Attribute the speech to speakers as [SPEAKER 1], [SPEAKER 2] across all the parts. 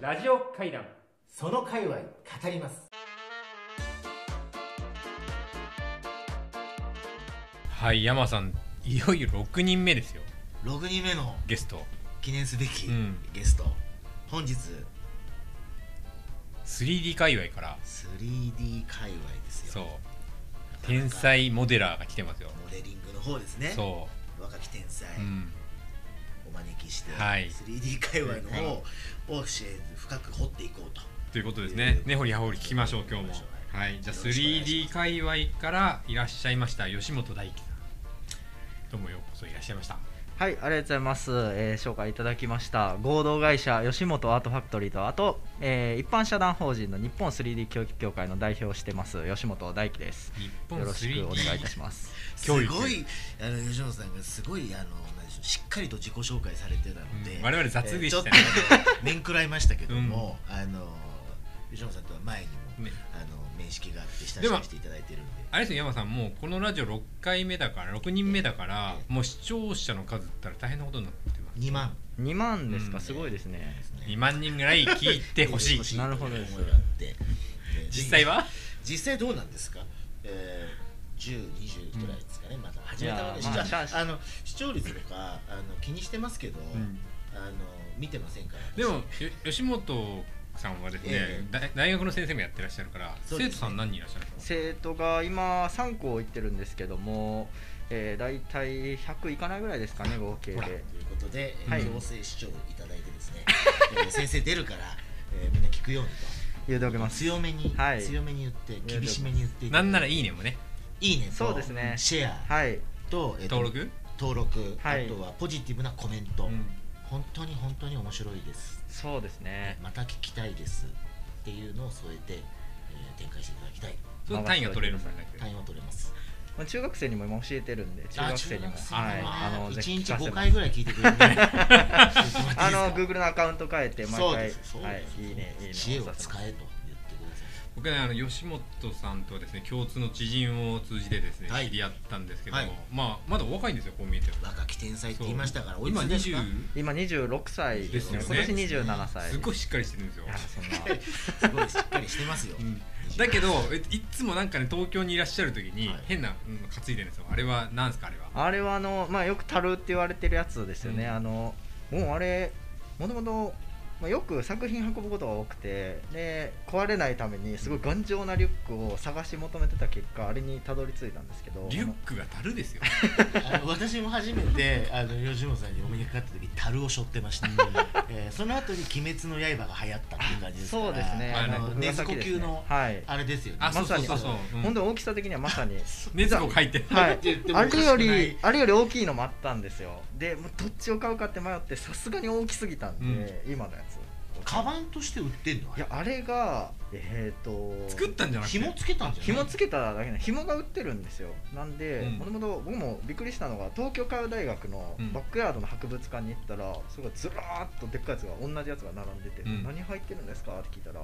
[SPEAKER 1] ラジオ会談
[SPEAKER 2] その界隈語ります
[SPEAKER 3] はい山さんいよいよ6人目ですよ
[SPEAKER 4] 6人目の
[SPEAKER 3] ゲスト
[SPEAKER 4] 記念すべき
[SPEAKER 3] うん
[SPEAKER 4] ゲスト、本日
[SPEAKER 3] 3D 界隈から
[SPEAKER 4] 3D 界隈です
[SPEAKER 3] そう
[SPEAKER 4] よ
[SPEAKER 3] 天才モデラーが来てますよ
[SPEAKER 4] モデリングの方ですね
[SPEAKER 3] そ
[SPEAKER 4] 若き天才、
[SPEAKER 3] う、うん、
[SPEAKER 4] お招きして、
[SPEAKER 3] はい
[SPEAKER 4] 3D 界隈の方を教え深く掘っていこうと
[SPEAKER 3] ということですね
[SPEAKER 4] えー
[SPEAKER 3] ねほりはほり聞きましょう今日も
[SPEAKER 4] 聞きましょう
[SPEAKER 3] はいじゃあ
[SPEAKER 4] よろしくお願いし
[SPEAKER 3] 3D 界隈からいらっしゃいました吉本大輝さんどうもようこそいらっしゃいました
[SPEAKER 5] はい、ありがとうございます、えー紹介いただきました合同会社吉本アートファクトリーとあと、えー一般社団法人の日本 3D 教育協会の代表をしてます吉本大輝です
[SPEAKER 3] 日
[SPEAKER 5] よ
[SPEAKER 3] 本
[SPEAKER 5] ろしく
[SPEAKER 3] 3D
[SPEAKER 5] お願いいたします
[SPEAKER 4] す
[SPEAKER 3] 教
[SPEAKER 4] ご
[SPEAKER 3] 育
[SPEAKER 4] いあの吉本さんがすごいあの何でしょうしっかりと自己紹介されてたので、
[SPEAKER 3] うん我々雑でしたね
[SPEAKER 4] えーちょっとあ の面食らいましたけども、あの吉本さんとは前にも、
[SPEAKER 3] ね
[SPEAKER 4] あの面識があって親
[SPEAKER 3] で
[SPEAKER 4] し
[SPEAKER 3] も
[SPEAKER 4] くしていただいてるので
[SPEAKER 3] あれですよ山さんもうこのラジオ6回目だから6人目だから
[SPEAKER 4] え
[SPEAKER 3] もう視聴者の数って言ったら大変なことになってます
[SPEAKER 4] 2万
[SPEAKER 5] 2万ですか、
[SPEAKER 3] うん
[SPEAKER 5] すごいですね
[SPEAKER 4] ですね
[SPEAKER 3] 2万人ぐらい聞いてほしい
[SPEAKER 5] なるほどです
[SPEAKER 4] 思いがあってで
[SPEAKER 3] 実際は
[SPEAKER 4] 実際どうなんですか、えー、1020ぐらいですかね、まだ始めたわけ
[SPEAKER 5] い
[SPEAKER 4] で
[SPEAKER 5] やー
[SPEAKER 4] 視
[SPEAKER 5] ま
[SPEAKER 4] 聴
[SPEAKER 5] あ
[SPEAKER 4] あの視聴率とかあの気にしてますけど、
[SPEAKER 3] ん
[SPEAKER 4] あの見てませんから私
[SPEAKER 3] でもよ吉本さんはですね、
[SPEAKER 4] ええ
[SPEAKER 3] 大大学の先生もやってらっしゃるから、
[SPEAKER 4] そう
[SPEAKER 3] 生
[SPEAKER 4] ですね
[SPEAKER 3] 徒さん何人いらっしゃるんですか
[SPEAKER 5] 生徒が今3校行ってるんですけども、えー、大体100いかないぐらいですかね合計
[SPEAKER 3] ほら
[SPEAKER 5] で
[SPEAKER 4] ということで、えー
[SPEAKER 5] はい
[SPEAKER 4] 強制視聴いただいてですね、えー先生出るから、えーみんな聞くように
[SPEAKER 5] 言うておき
[SPEAKER 4] と
[SPEAKER 5] ます
[SPEAKER 4] 強めに、
[SPEAKER 5] はい
[SPEAKER 4] 強めに言って厳しめに言って
[SPEAKER 3] なんなら
[SPEAKER 4] い
[SPEAKER 3] いいねもね
[SPEAKER 4] いねと
[SPEAKER 5] そうですね
[SPEAKER 4] シェア
[SPEAKER 5] はい
[SPEAKER 4] と,、えーと
[SPEAKER 3] 登録、
[SPEAKER 4] 登録、
[SPEAKER 5] はい
[SPEAKER 4] あとはポジティブなコメント、本当に本当に面白いです、
[SPEAKER 5] そうですね
[SPEAKER 4] また聞きたいですっていうのを添えて、えー展開していただきたい
[SPEAKER 3] その単位が取れるもんだけど、
[SPEAKER 4] 単位は取れます
[SPEAKER 5] まあ中学生にも今教えてるんで中学生にもはい
[SPEAKER 4] あ
[SPEAKER 5] あのぜ
[SPEAKER 4] 1
[SPEAKER 5] ひ聞
[SPEAKER 4] 日
[SPEAKER 5] か
[SPEAKER 4] 5
[SPEAKER 5] せてもら
[SPEAKER 4] 回ぐらい聞いてくれるね
[SPEAKER 5] あの Google のアカウント変えて毎
[SPEAKER 4] そう
[SPEAKER 5] 回
[SPEAKER 4] ですそう
[SPEAKER 5] は
[SPEAKER 4] で
[SPEAKER 5] い
[SPEAKER 4] す、
[SPEAKER 5] いいねいいね
[SPEAKER 4] 知恵を
[SPEAKER 5] 押させて
[SPEAKER 4] 使えと言ってください
[SPEAKER 3] 僕ねあの吉本さんとはですね共通の知人を通じてですね、
[SPEAKER 4] はい
[SPEAKER 3] 知り合ったんですけども、
[SPEAKER 4] はい
[SPEAKER 3] まあまだお若いんですよこう見えてる
[SPEAKER 4] 若き天才って言いましたからおい
[SPEAKER 3] 今
[SPEAKER 4] くつですか
[SPEAKER 3] 20
[SPEAKER 5] 今26歳ですね
[SPEAKER 3] ですよ
[SPEAKER 5] 今
[SPEAKER 3] ね
[SPEAKER 5] 年27歳
[SPEAKER 3] すごいしっかりしてるんですよ
[SPEAKER 5] いやそんな
[SPEAKER 4] すごいしっかりしてますよ、
[SPEAKER 3] うんだけどえいつもなんかね東京にいらっしゃる時に
[SPEAKER 4] はい
[SPEAKER 3] 変な、うん、担いでるんですよあれはなんですかあれは
[SPEAKER 5] あれはあのまあよくタルって言われてるやつですよ
[SPEAKER 3] う
[SPEAKER 5] ね、
[SPEAKER 3] ん
[SPEAKER 5] あのもうあれもともとまあよく作品運ぶことが多くてで壊れないためにすごい頑丈なリュックを探し求めてた結果あれにたどり着いたんですけど
[SPEAKER 3] リュックが樽ですよ
[SPEAKER 4] あの私も初めてあの吉本さんにお目にかかった時樽を背負ってました、えーその後に「鬼滅の刃」が流行ったっていう感じですから
[SPEAKER 5] そうですね
[SPEAKER 3] あ
[SPEAKER 4] あ
[SPEAKER 3] の
[SPEAKER 4] の
[SPEAKER 5] 僕
[SPEAKER 4] 根
[SPEAKER 5] が
[SPEAKER 4] 津
[SPEAKER 5] 先
[SPEAKER 4] 子
[SPEAKER 5] です
[SPEAKER 4] 級
[SPEAKER 5] ね
[SPEAKER 4] の
[SPEAKER 5] はい
[SPEAKER 4] あれですよね
[SPEAKER 3] あ
[SPEAKER 5] まさに
[SPEAKER 3] そうそうそうそう、うん
[SPEAKER 5] 本当に大きさ的にはまさに
[SPEAKER 3] 熱を書いて
[SPEAKER 5] はい
[SPEAKER 4] って言って、も
[SPEAKER 5] あれよ
[SPEAKER 4] おかしくない
[SPEAKER 5] りあれより大きいのもあったんですよでもうどっちを買うかって迷ってさすがに大きすぎたんで、今のやつ
[SPEAKER 4] カバンとして売ってんのあ
[SPEAKER 5] い
[SPEAKER 4] れ
[SPEAKER 5] やあれがえっ、と
[SPEAKER 3] 作ったんじゃなくて
[SPEAKER 4] 紐つけたんじゃない
[SPEAKER 5] 紐つけただけな紐が売ってるんですよなんで
[SPEAKER 3] うん
[SPEAKER 5] もともと僕もびっくりしたのが東京海洋大学の
[SPEAKER 3] うん
[SPEAKER 5] バックヤードの博物館に行ったらそれがずらーっとでっかいやつが同じやつが並んでて、
[SPEAKER 3] うん
[SPEAKER 5] 何入ってるんですかって聞いたら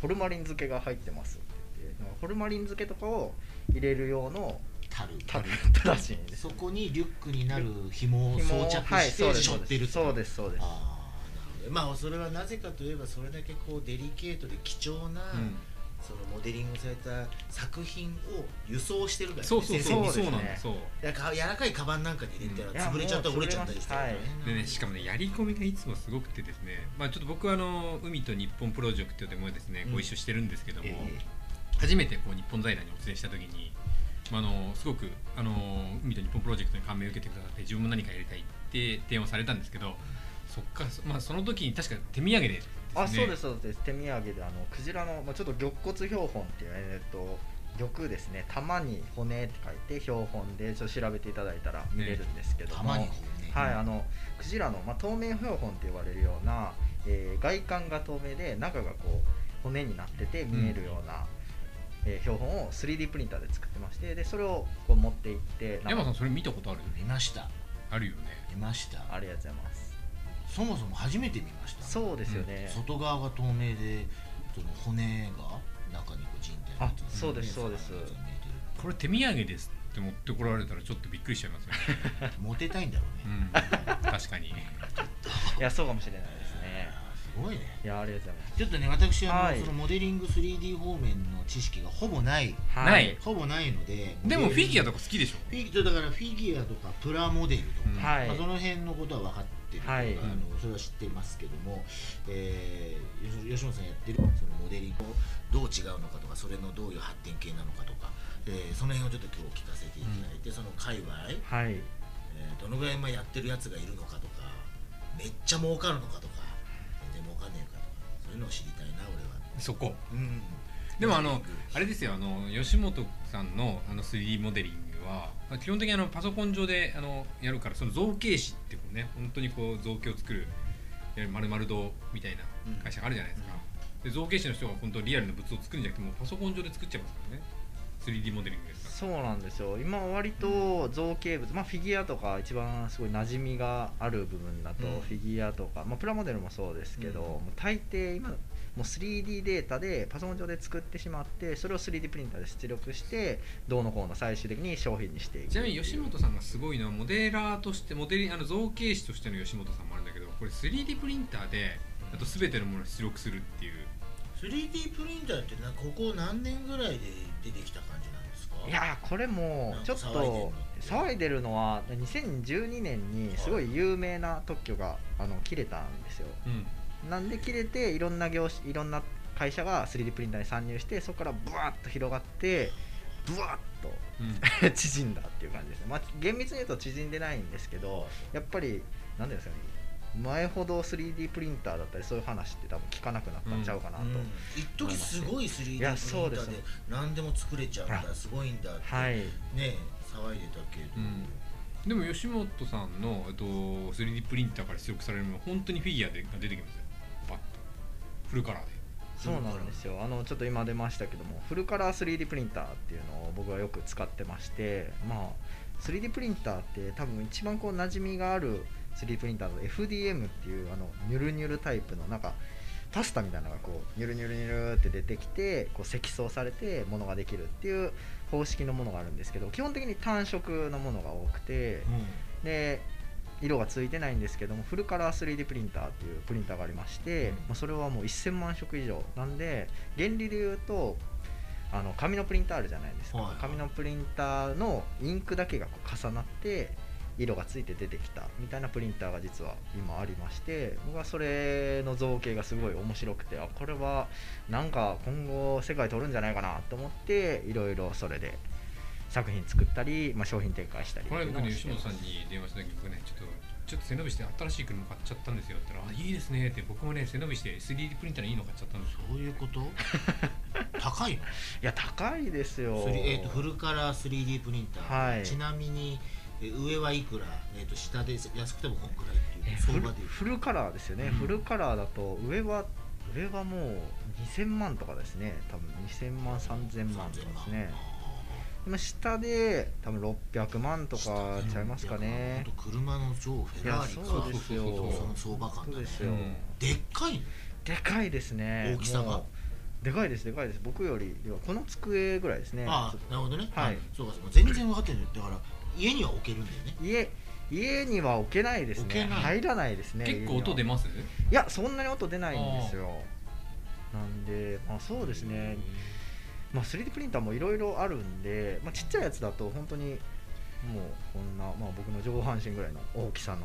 [SPEAKER 5] ホルマリン漬けが入ってますって言ってなんかホルマリン漬けとかを入れる用の
[SPEAKER 4] 樽
[SPEAKER 5] たたらしいんです
[SPEAKER 4] そこにリュックになる紐を
[SPEAKER 5] 紐を
[SPEAKER 4] 装着
[SPEAKER 5] はい
[SPEAKER 4] して背
[SPEAKER 5] そ
[SPEAKER 4] 負っ
[SPEAKER 5] うです
[SPEAKER 4] てる
[SPEAKER 5] そう
[SPEAKER 4] す
[SPEAKER 5] ですそうです
[SPEAKER 4] ああなるほどまあそれはなぜかといえばそれだけこうデリケートで貴重な、
[SPEAKER 3] うん
[SPEAKER 4] そのモデリングされた作品を輸送してるからね
[SPEAKER 3] そうそうそう
[SPEAKER 4] 先
[SPEAKER 3] そ
[SPEAKER 4] 生
[SPEAKER 3] う
[SPEAKER 4] に
[SPEAKER 3] なんだそう
[SPEAKER 4] だから柔らかいカバンなんかに入れたら
[SPEAKER 5] うん
[SPEAKER 4] 潰れちゃったり
[SPEAKER 5] いやもう
[SPEAKER 4] 折れちゃったりしてるからね
[SPEAKER 5] 潰れ
[SPEAKER 3] でねしかもねやり込みがいつもすごくてですねまあちょっと僕はあの海と日本プロジェクトでもですね、
[SPEAKER 4] うん
[SPEAKER 3] ご一緒してるんですけども、
[SPEAKER 4] ええ
[SPEAKER 3] 初めてこう日本財団にお連れした時に、まあ、あのすごくあの海と日本プロジェクトに感銘を受けてくださって自分も何かやりたいって提案をされたんですけどそっから、まあ、その時に確か手土産でですね
[SPEAKER 5] あそうですそうです手土産であのクジラの、まあ、ちょっと玉骨標本っていうえーっと玉ですね玉に骨って書いて標本でちょっと調べていただいたら見れるんですけど
[SPEAKER 4] た
[SPEAKER 5] も、
[SPEAKER 4] まにこうね、
[SPEAKER 5] はいあのクジラの、まあ、透明標本って呼ばれるような、えー外観が透明で中がこう骨になってて見えるような、えー標本を 3D プリンターで作ってましてでそれをこう持って行ってなん
[SPEAKER 3] 山さ
[SPEAKER 5] か
[SPEAKER 3] んそれ見たことあるよね
[SPEAKER 4] 見ました
[SPEAKER 3] あるよね
[SPEAKER 4] 見ました
[SPEAKER 5] ありがとうございます
[SPEAKER 4] そもそも初めて見ました
[SPEAKER 5] そうですよね、
[SPEAKER 4] 外側が透明でその骨が中にこう人体の
[SPEAKER 5] あそうですそうです
[SPEAKER 4] 見えてる
[SPEAKER 3] これ手土産ですって持ってこられたらちょっとびっくりしちゃいますよね、
[SPEAKER 4] モテたいんだろう
[SPEAKER 3] う
[SPEAKER 4] ね、
[SPEAKER 3] ん、確かに
[SPEAKER 5] いやそうかもしれないですね
[SPEAKER 4] あーごいね
[SPEAKER 5] いやありがとうござい
[SPEAKER 4] ちょっとね私あの、
[SPEAKER 5] はい
[SPEAKER 4] そのモデリング 3D 方面の知識がほぼない
[SPEAKER 5] ます
[SPEAKER 3] な
[SPEAKER 5] はい
[SPEAKER 4] ほぼないので
[SPEAKER 3] でもフィギュア
[SPEAKER 4] と
[SPEAKER 3] とか好きでしょ
[SPEAKER 4] フィギュアだからフィギュアとかプラモデルとか、
[SPEAKER 3] うん
[SPEAKER 5] はい
[SPEAKER 4] まあ、その辺のことは分かってるというか、
[SPEAKER 3] はい
[SPEAKER 4] あのそれは知ってますけども、えー、吉吉本さんやってるそのモデリングどう違うのかとかそれのどういう発展系なのかとか、えーその辺をちょっと今日聞かせていただいて、その界隈、え
[SPEAKER 5] はい
[SPEAKER 4] ーどのぐらい今やってるやつがいるのかとかめっちゃ儲かるのかとか全然儲かんねえのかとかそういうのを知りたいな俺は。
[SPEAKER 3] そこ
[SPEAKER 4] うん
[SPEAKER 3] でもあのあれですよあの吉本さんのあの 3D モデリングはまあ基本的にあのパソコン上であのやるからその造形師ってこうね本当にこう造形を作るいわゆる丸々堂みたいな会社があるじゃないですか、で造形師の人が本当リアルな物を作るんじゃなくてもうパソコン上で作っちゃいますからね 3D モデリングですから
[SPEAKER 5] そうなんですよ今割と造形物、まあ、フィギュアとか一番すごい馴染みがある部分だと
[SPEAKER 4] うん
[SPEAKER 5] フィギュアとか、まあ、プラモデルもそうですけど、
[SPEAKER 4] うん
[SPEAKER 5] もう大抵今もう 3D データでパソコン上で作ってしまってそれを 3D プリンターで出力してどうのこうの最終的に商品にしていく
[SPEAKER 3] ちなみに吉本さんがすごいのはモデラーとしてモデリあの造形師としての吉本さんもあるんだけどこれ 3D プリンターであと全てのものを出力するっていう
[SPEAKER 4] 3D プリンターってなここ何年ぐらいで出てきた感じなんですか
[SPEAKER 5] いやーこれも
[SPEAKER 4] なんか
[SPEAKER 5] ちょっ
[SPEAKER 4] 騒いでんの
[SPEAKER 5] と騒いでるのは2012年にすごい有名な特許があの切れたんですよ
[SPEAKER 3] うん
[SPEAKER 5] なんで切れていろんな業種いろんな会社が 3D プリンターに参入してそこからブワーッと広がってブワーッ
[SPEAKER 3] うん
[SPEAKER 5] と 縮んだっていう感じですね、まあ、厳密に言うと縮んでないんですけどやっぱり何ていうんですかね前ほど 3D プリンターだったりそういう話って多分聞かなくなったんちゃうかなと、
[SPEAKER 4] うん一時すごい 3D
[SPEAKER 5] い
[SPEAKER 4] プリン
[SPEAKER 5] や
[SPEAKER 4] タ
[SPEAKER 5] そう
[SPEAKER 4] ー
[SPEAKER 5] です
[SPEAKER 4] で何でも作れちゃうん
[SPEAKER 5] ほ
[SPEAKER 4] だすごいんだって、
[SPEAKER 5] はい
[SPEAKER 4] ね騒いでたけど、
[SPEAKER 3] うんでも吉本さんのえっと 3D プリンターから出力されるのは本当にフィギュアでが出てきますよパッとフルカラーで
[SPEAKER 5] そうなんですよあのちょっと今出ましたけどもフルカラー 3D プリンターっていうのを僕はよく使ってましてまあ 3D プリンターって多分一番こう馴染みがある 3D プリンターの FDM っていうあのニュルニュルタイプのなんかパスタみたいなのがこうニュルニュルニュルって出てきてこう積層されてものができるっていう方式のものがあるんですけど基本的に単色のものが多くてで色がついてないんですけどもフルカラー 3D プリンターっていうプリンターがありまして、
[SPEAKER 3] うん
[SPEAKER 5] まあ、それはもう1000万色以上なんで原理で言うとあの紙のプリンターあるじゃないですか、
[SPEAKER 4] はい
[SPEAKER 5] 紙のプリンターのインクだけがこう重なって色がついて出てきたみたいなプリンターが実は今ありまして僕はそれの造形がすごい面白くてあこれはなんか今後世界取るんじゃないかなと思っていろいろそれで作品作ったり、まあ、商品展開したりって
[SPEAKER 3] こ
[SPEAKER 5] い
[SPEAKER 3] の
[SPEAKER 5] うの
[SPEAKER 3] 間僕
[SPEAKER 5] を
[SPEAKER 3] ね
[SPEAKER 5] して
[SPEAKER 3] 吉
[SPEAKER 5] ます
[SPEAKER 3] 本さんに電話した時僕ねちょっとちょっと背伸びして新しい車買っちゃったんですよって言ったら「あいいですね」って僕もね背伸びして 3D プリンターのいいの買っちゃったんですよ
[SPEAKER 4] そういう こと高いの
[SPEAKER 5] いや高いですよ。
[SPEAKER 4] スリえー、とフルカラー 3D プリンター、
[SPEAKER 5] はい
[SPEAKER 4] ちなみにえー上はいくら、えー、と下で安くてもこんくらいってい
[SPEAKER 5] え
[SPEAKER 4] う
[SPEAKER 5] フ
[SPEAKER 4] 相
[SPEAKER 5] ル
[SPEAKER 4] 場でいう
[SPEAKER 5] フルカラーですよね、
[SPEAKER 3] うん
[SPEAKER 5] フルカラーだと上は上はもう2000万とかですね多分2000万3000万とかですね今下で多分600万と
[SPEAKER 4] と
[SPEAKER 5] かちゃいますかね
[SPEAKER 4] 車の上フ
[SPEAKER 5] い
[SPEAKER 4] ェ
[SPEAKER 5] や
[SPEAKER 4] ラーリか
[SPEAKER 5] そうですよ
[SPEAKER 3] そう
[SPEAKER 4] その相場感
[SPEAKER 5] そう
[SPEAKER 4] だ
[SPEAKER 5] で
[SPEAKER 4] ね
[SPEAKER 5] すよ、
[SPEAKER 3] うん
[SPEAKER 4] でっかいの
[SPEAKER 5] でかいですね
[SPEAKER 4] 大きさが
[SPEAKER 5] もうでかいですでかいです僕よりではこの机ぐらいですね
[SPEAKER 4] あ
[SPEAKER 5] ちょっ
[SPEAKER 4] あなるほどね、
[SPEAKER 5] はい
[SPEAKER 4] あそうかそうか全然分かってないだから家には置けるんだよね
[SPEAKER 5] と家家には置けないです
[SPEAKER 4] 置け
[SPEAKER 5] ね
[SPEAKER 4] ない
[SPEAKER 5] 入らないですね
[SPEAKER 3] 結構音
[SPEAKER 5] 出
[SPEAKER 3] 出ます
[SPEAKER 5] いやそんなに音出ないんですよなんでまあそうですねまあ、3D プリンターもいろいろあるんで、まあ、ちっちゃいやつだと本当にもうこんな、まあ、僕の上半身ぐらいの大きさの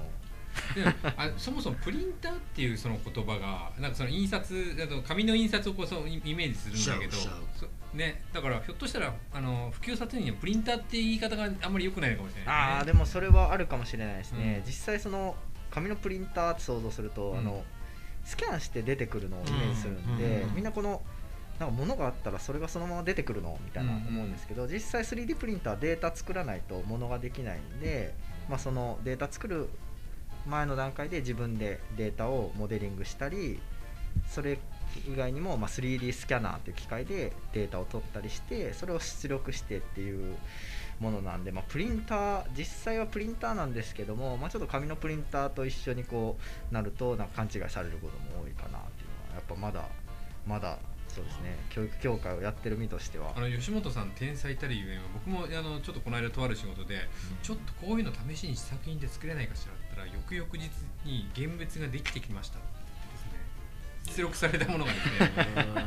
[SPEAKER 3] であそもそもプリンターっていうその言葉がなんかその印刷あと紙の印刷をこうそのイイメージするんだけど
[SPEAKER 4] しちゃうしち
[SPEAKER 3] そねだからひょっとしたらあの普及させるにはプリンターっていう言い方があんまり良くないのかもしれない、ね、
[SPEAKER 5] ああでもそれはあるかもしれないですね、
[SPEAKER 3] うん
[SPEAKER 5] 実際その紙のプリンターって想像すると、
[SPEAKER 3] うん
[SPEAKER 5] あのスキャンして出てくるのをイメージするんで、
[SPEAKER 4] うん
[SPEAKER 5] みんなこのなんか物があったらそれがそのまま出てくるのみたいな
[SPEAKER 3] うん
[SPEAKER 5] 思うんですけど、実際 3D プリンターデータ作らないと物ができないんで、まあ、そのデータ作る前の段階で自分でデータをモデリングしたりそれ以外にもまあ 3D スキャナーという機械でデータを取ったりしてそれを出力してっていうものなんで、まあ、プリンター実際はプリンターなんですけども、まあ、ちょっと紙のプリンターと一緒にこうなるとなんか勘違いされることも多いかなっていうのはやっぱまだまだそうですね教育協会をやってる身としては
[SPEAKER 3] あの吉本さん天才たるゆえんは僕もあのちょっとこの間とある仕事でちょっとこういうの試しに試作品で作れないかしらって言ったら翌々日に現物ができてきましたってですね出力されたものが ですね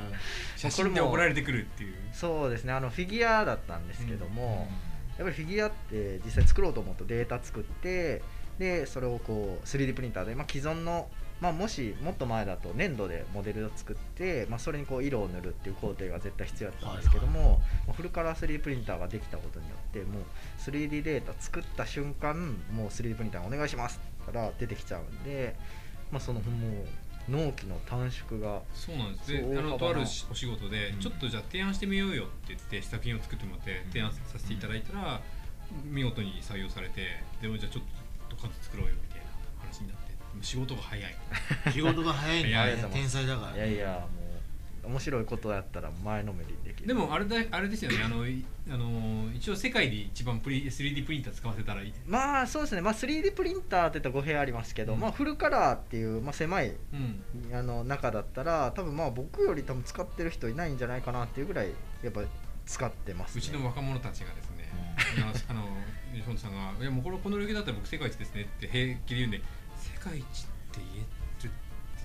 [SPEAKER 3] 写真で送られてくるっていう
[SPEAKER 5] そうですねあのフィギュアだったんですけども、
[SPEAKER 3] う
[SPEAKER 5] やっぱりフィギュアって実際作ろうと思うとデータ作ってでそれをこう 3D プリンターで、まあ、既存の、まあ、もしもっと前だと粘土でモデルを作って、まあ、それにこう色を塗るっていう工程が絶対必要だったんですけども、まあフルカラー 3D プリンターができたことによってもう 3D データ作った瞬間もう 3D プリンターお願いしますから出てきちゃうんで、まあ、そのもう納期の短縮が
[SPEAKER 3] そうなんですで
[SPEAKER 5] そう
[SPEAKER 3] あの
[SPEAKER 5] 大幅な
[SPEAKER 3] とあるしお仕事で、
[SPEAKER 4] うん
[SPEAKER 3] ちょっとじゃあ提案してみようよって言って作品を作ってもらって
[SPEAKER 4] うん
[SPEAKER 3] 提案させていただいたら、見事に採用されてでもじゃあちょっと数作ろうよみたいな話になって仕事が早い
[SPEAKER 4] 仕事が早いん
[SPEAKER 3] いやあ
[SPEAKER 4] だ
[SPEAKER 5] りが
[SPEAKER 4] ね
[SPEAKER 5] とうござい
[SPEAKER 4] 天才
[SPEAKER 5] ま
[SPEAKER 4] だから
[SPEAKER 5] いやいやもう面白いことやったら前のめりにできる
[SPEAKER 3] でもあれだあれですよねあのいあの一応世界で一番プリ 3D プリンター使わせたらいい
[SPEAKER 5] まあそうですね、まあ、3D プリンターって言ったら語弊ありますけど、
[SPEAKER 3] うん
[SPEAKER 5] まあ、フルカラーっていう、まあ、狭い
[SPEAKER 3] うん
[SPEAKER 5] あの中だったら多分まあ僕より多分使ってる人いないんじゃないかなっていうぐらいやっぱ使ってます、
[SPEAKER 3] う
[SPEAKER 5] ね、
[SPEAKER 3] ちの若者たちがですね、
[SPEAKER 4] う
[SPEAKER 3] あのあの吉本さんが「いやもうこのこの領域だったら僕世界一ですね」って平気で言うんで「世界一って言えるって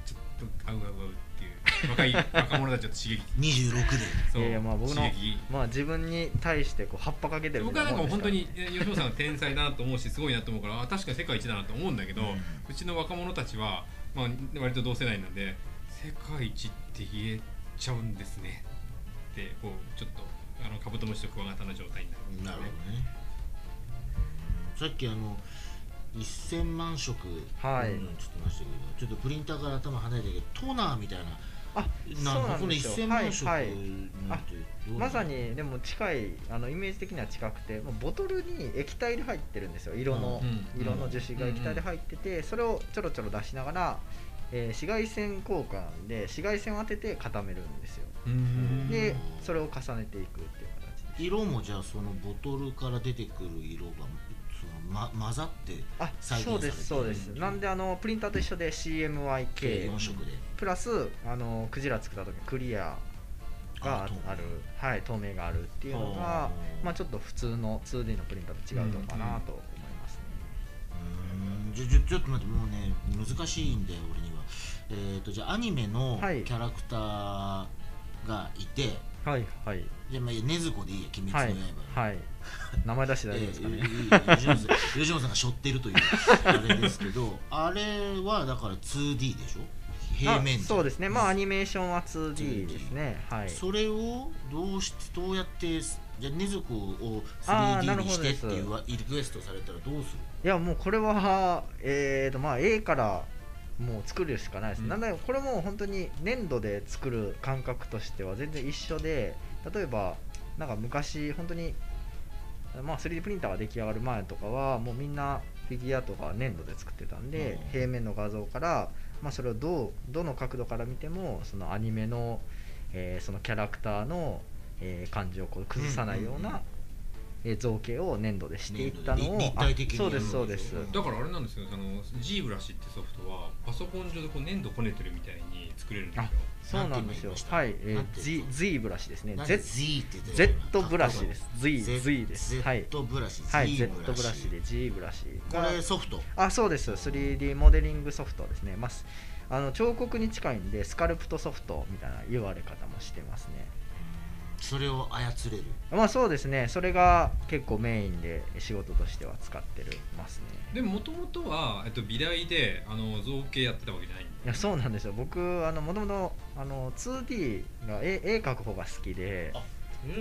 [SPEAKER 3] ちょっと合う合う合う」っていう若い 若者たちを刺激
[SPEAKER 4] ん26で
[SPEAKER 3] そう
[SPEAKER 5] いやいやまあ僕の
[SPEAKER 3] 刺激
[SPEAKER 5] まあ自分に対してこう葉っぱかけてるみ
[SPEAKER 3] 僕
[SPEAKER 5] た
[SPEAKER 3] はいなんかも
[SPEAKER 5] も
[SPEAKER 3] うん本当
[SPEAKER 5] で
[SPEAKER 3] にえ吉本さんが天才だなと思うしすごいなと思うからあ確かに世界一だなと思うんだけど、う
[SPEAKER 4] うん
[SPEAKER 3] ちの若者たちは、まあ、割と同世代なんで「世界一って言えちゃうんですね」ってこうちょっとあのカブトムシとクワガタの状態になるんです
[SPEAKER 4] な
[SPEAKER 3] よ
[SPEAKER 4] るほ
[SPEAKER 3] ね
[SPEAKER 4] どねさっきあの1000万色
[SPEAKER 5] はい
[SPEAKER 4] うんちょっとましたけどちょっとプリンターから頭離れてるけどトーナーみたいな
[SPEAKER 5] すあそうなん
[SPEAKER 4] この
[SPEAKER 5] です
[SPEAKER 4] 1000
[SPEAKER 5] よは
[SPEAKER 4] 万
[SPEAKER 5] い
[SPEAKER 4] 色
[SPEAKER 5] はい
[SPEAKER 4] なんてどうなの
[SPEAKER 5] まさにでも近いあのイメージ的には近くてもうボトルに液体で入ってるんですよ色の、
[SPEAKER 3] うん
[SPEAKER 5] 色の樹脂が液体で入ってて、それをちょろちょろ出しながら、えー紫外線効果なんで紫外線を当てて固めるんですよ
[SPEAKER 3] うん
[SPEAKER 5] でそれを重ねていくっていう形です
[SPEAKER 4] 色もじゃあそのボトルから出てくる色がその、ま、混ざって
[SPEAKER 5] あ
[SPEAKER 4] 再現さ
[SPEAKER 5] そ
[SPEAKER 4] れ
[SPEAKER 5] う
[SPEAKER 4] てる
[SPEAKER 5] ですそうですなんであのプリンターと一緒で
[SPEAKER 4] 計
[SPEAKER 5] CMYK
[SPEAKER 4] 4色で
[SPEAKER 5] プラスあのクジラ作った時クリア
[SPEAKER 4] あ
[SPEAKER 5] があるはい透明があるっていうの
[SPEAKER 4] あ
[SPEAKER 5] が
[SPEAKER 4] ー
[SPEAKER 5] まあちょっと普通の 2D のプリンターと違うのかなと思いますね、
[SPEAKER 4] うーんちょちょちょっと待ってもうね難しいんだよ俺にはえっ、とじゃあアニメのキ
[SPEAKER 5] はい
[SPEAKER 4] ャラクターがいて、
[SPEAKER 5] はいはい
[SPEAKER 4] じゃあまあねずこでいいや鬼
[SPEAKER 5] は
[SPEAKER 4] 滅
[SPEAKER 5] い
[SPEAKER 4] の刃、
[SPEAKER 5] はい名前出して
[SPEAKER 4] え
[SPEAKER 5] 大丈夫ですかね、
[SPEAKER 4] ー吉本さん 吉本さんが背負ってるというあれですけどあれはだから 2D でしょ平面
[SPEAKER 5] あそうですねまあア
[SPEAKER 4] メ
[SPEAKER 5] ニメーションは 2D ですねはい
[SPEAKER 4] それをどうしどうやってじゃあ禰豆子を
[SPEAKER 5] あーな
[SPEAKER 4] 3D
[SPEAKER 5] る
[SPEAKER 4] に
[SPEAKER 5] ほ
[SPEAKER 4] し
[SPEAKER 5] ど
[SPEAKER 4] てっ
[SPEAKER 5] で
[SPEAKER 4] て
[SPEAKER 5] す
[SPEAKER 4] いうわリクエストされたらどうする
[SPEAKER 5] いやもうこれはえーとまあ A からもう作るしかないです、
[SPEAKER 3] うん
[SPEAKER 5] なんだよこれも本当に粘土で作る感覚としては全然一緒で例えばなんか昔本当にまあ 3D プリンターが出来上がる前とかはもうみんなフィギュアとか粘土で作ってたんで、
[SPEAKER 4] うん
[SPEAKER 5] 平面の画像から、まあ、それをどうどの角度から見てもそのアニメの、えーそのキャラクターの、えー感じをこう崩さないよう
[SPEAKER 4] うんうんうん
[SPEAKER 5] なえー造形を粘土でしていったの
[SPEAKER 4] 粘
[SPEAKER 5] を
[SPEAKER 4] 土で立体的に
[SPEAKER 5] あそうです
[SPEAKER 4] や
[SPEAKER 5] そ
[SPEAKER 4] る
[SPEAKER 5] うんで
[SPEAKER 4] です
[SPEAKER 5] す
[SPEAKER 4] よ
[SPEAKER 3] だからあれなんですよ、あの G ブラシってソフトはパソコン上でこう粘土こねてるみたいに作れるんですよ。
[SPEAKER 5] そうなんですよ
[SPEAKER 4] なんて言いまし。た
[SPEAKER 5] はい、え
[SPEAKER 4] な
[SPEAKER 5] ー
[SPEAKER 4] んて、言う
[SPEAKER 5] Z,
[SPEAKER 4] の
[SPEAKER 5] Z ブラシですね
[SPEAKER 4] なん。で
[SPEAKER 5] Z,
[SPEAKER 4] Z って言ってる
[SPEAKER 5] Z ブラシです。Z, Z です。はい。
[SPEAKER 4] Z ブラシ、
[SPEAKER 5] は
[SPEAKER 4] Z
[SPEAKER 5] い、Z
[SPEAKER 4] ブ
[SPEAKER 5] ブ
[SPEAKER 4] ラ
[SPEAKER 5] ラ
[SPEAKER 4] シ
[SPEAKER 5] シで G ブラシ
[SPEAKER 4] こ
[SPEAKER 5] が。
[SPEAKER 4] れソフト
[SPEAKER 5] あ、そうです。3D モデリングソフトですね。まあ、すあの彫刻に近いんで、スカルプトソフトみたいな言われ方もしてますね。
[SPEAKER 4] それを操れる
[SPEAKER 5] まあ、そうですね。それが結構メインで仕事としては使ってるますね。
[SPEAKER 3] でも元々はえっと美大であの造形やってたわけじゃないんで。
[SPEAKER 5] いやそうなんですよ僕あのもともとあの 2D が絵絵描く方が好きで
[SPEAKER 4] あ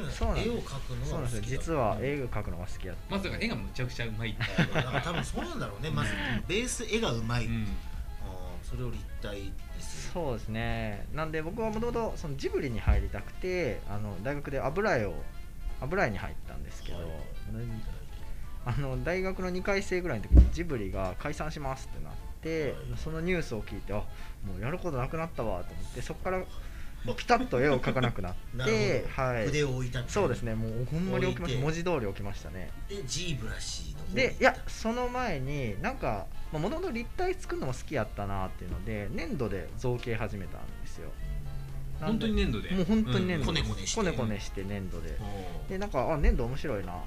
[SPEAKER 5] そうなんです
[SPEAKER 4] 絵を描くの
[SPEAKER 5] そうなんですよ実は絵描くのが好きやった
[SPEAKER 3] まずが絵がむちゃくちゃうまいって。
[SPEAKER 4] が 多分そうなんだろうねまずベース絵がうまい、
[SPEAKER 3] うん。
[SPEAKER 4] あーそれを立体にする
[SPEAKER 5] そうですねなんで僕はもともとそのジブリに入りたくてあの大学で油絵を油絵に入ったんですけど、
[SPEAKER 4] はい
[SPEAKER 5] あの大学の2回生ぐらいの時にジブリが解散しますってなって、
[SPEAKER 4] はい
[SPEAKER 5] そのニュースを聞いてあもうやることなくなったわと思ってそこからもうピタッと絵を描かなくなっ
[SPEAKER 4] な
[SPEAKER 5] て
[SPEAKER 4] るほど、
[SPEAKER 5] はい、
[SPEAKER 4] 筆を置いたってい
[SPEAKER 5] そうですねもうほんまに起きました
[SPEAKER 4] 置
[SPEAKER 5] 文
[SPEAKER 4] い
[SPEAKER 5] 字通り起きましたね
[SPEAKER 4] で G ブラシの方に行
[SPEAKER 5] で
[SPEAKER 4] った
[SPEAKER 5] いやその前になんかもともと立体作るのも好きやったなっていうので粘土で造形始めたんですよなん
[SPEAKER 3] 本
[SPEAKER 5] で
[SPEAKER 3] 当に粘土で。
[SPEAKER 5] もう本当に粘土
[SPEAKER 4] うん
[SPEAKER 5] です
[SPEAKER 4] こねこねして
[SPEAKER 5] こねこねして粘土で
[SPEAKER 4] おー
[SPEAKER 5] でなんかあ粘土面白いなと思っ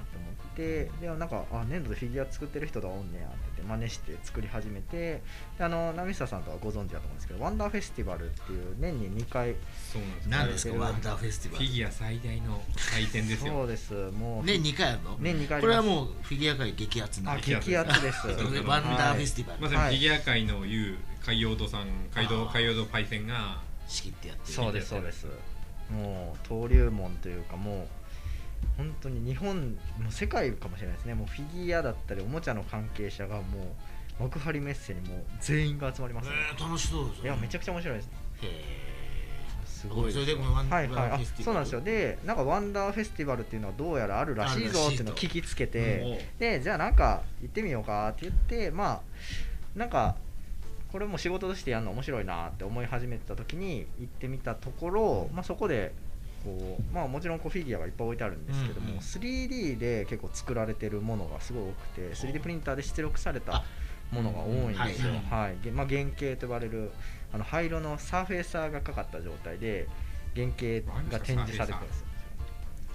[SPEAKER 5] てでなんかあ粘土でフィギュア作ってる人だおんねやってって真似して作り始めてであの波下さんとはご存知だと思うんですけどワンダーフェスティバルっていう年に2回
[SPEAKER 3] そうなんです
[SPEAKER 4] 何ですか
[SPEAKER 5] な
[SPEAKER 4] ワ
[SPEAKER 5] ん
[SPEAKER 4] ンダーフェスティ
[SPEAKER 3] フ
[SPEAKER 4] バ
[SPEAKER 3] ィ
[SPEAKER 4] ル
[SPEAKER 3] ギュア最大の祭典です
[SPEAKER 5] そう
[SPEAKER 3] よ
[SPEAKER 5] ですもう、
[SPEAKER 4] 年2回あるの
[SPEAKER 5] 年2回あります
[SPEAKER 4] これはもうフィギュア界激アツな
[SPEAKER 5] あ
[SPEAKER 4] ワン
[SPEAKER 3] 激アツ
[SPEAKER 5] 激アツ です
[SPEAKER 3] そうそう
[SPEAKER 4] ダーフェスティバ
[SPEAKER 3] ま
[SPEAKER 4] ル
[SPEAKER 3] さにフィギュア界の言う海洋堂さん海洋堂
[SPEAKER 4] あー
[SPEAKER 3] 海洋堂パイセンが
[SPEAKER 4] 仕切ってやってる
[SPEAKER 5] そうですそうですもう登竜門というかもう本当に日本もう世界かもしれないですねもうフィギュアだったりおもちゃの関係者がもう幕張メッセにもう全員が集まりますね、
[SPEAKER 4] えー楽しそうです
[SPEAKER 5] いやめちゃく
[SPEAKER 4] ち
[SPEAKER 5] ちゃ面白いです
[SPEAKER 4] ゃへ
[SPEAKER 5] す
[SPEAKER 4] え
[SPEAKER 5] ごい
[SPEAKER 4] それ
[SPEAKER 5] です
[SPEAKER 4] でこのワンダ
[SPEAKER 5] はい
[SPEAKER 4] ーフ
[SPEAKER 5] はいあ
[SPEAKER 4] ェスティバル
[SPEAKER 5] そうなんですよでなんかワンダーフェスティバルっていうのはどうやらあるらしいぞっていうのを聞きつけ
[SPEAKER 4] あるらしい
[SPEAKER 5] て
[SPEAKER 4] と
[SPEAKER 5] でじゃあなんか行ってみようかって言ってまあなんかこれも仕事としてやるの面白いなって思い始めた時に行ってみたところ、まあ、そこでこう、まあ、もちろんこうフィギュアがいっぱい置いてあるんですけども、
[SPEAKER 4] うんうん
[SPEAKER 5] 3D で結構作られてるものがすごい多くて 3D プリンターで出力された
[SPEAKER 4] あ
[SPEAKER 5] ものが多いんです
[SPEAKER 4] う
[SPEAKER 5] よ
[SPEAKER 4] んうん。
[SPEAKER 5] はいでまあ、原型と呼ばれるあの灰色のサーフェイサーがかかった状態で原型が展示されてるんですよ。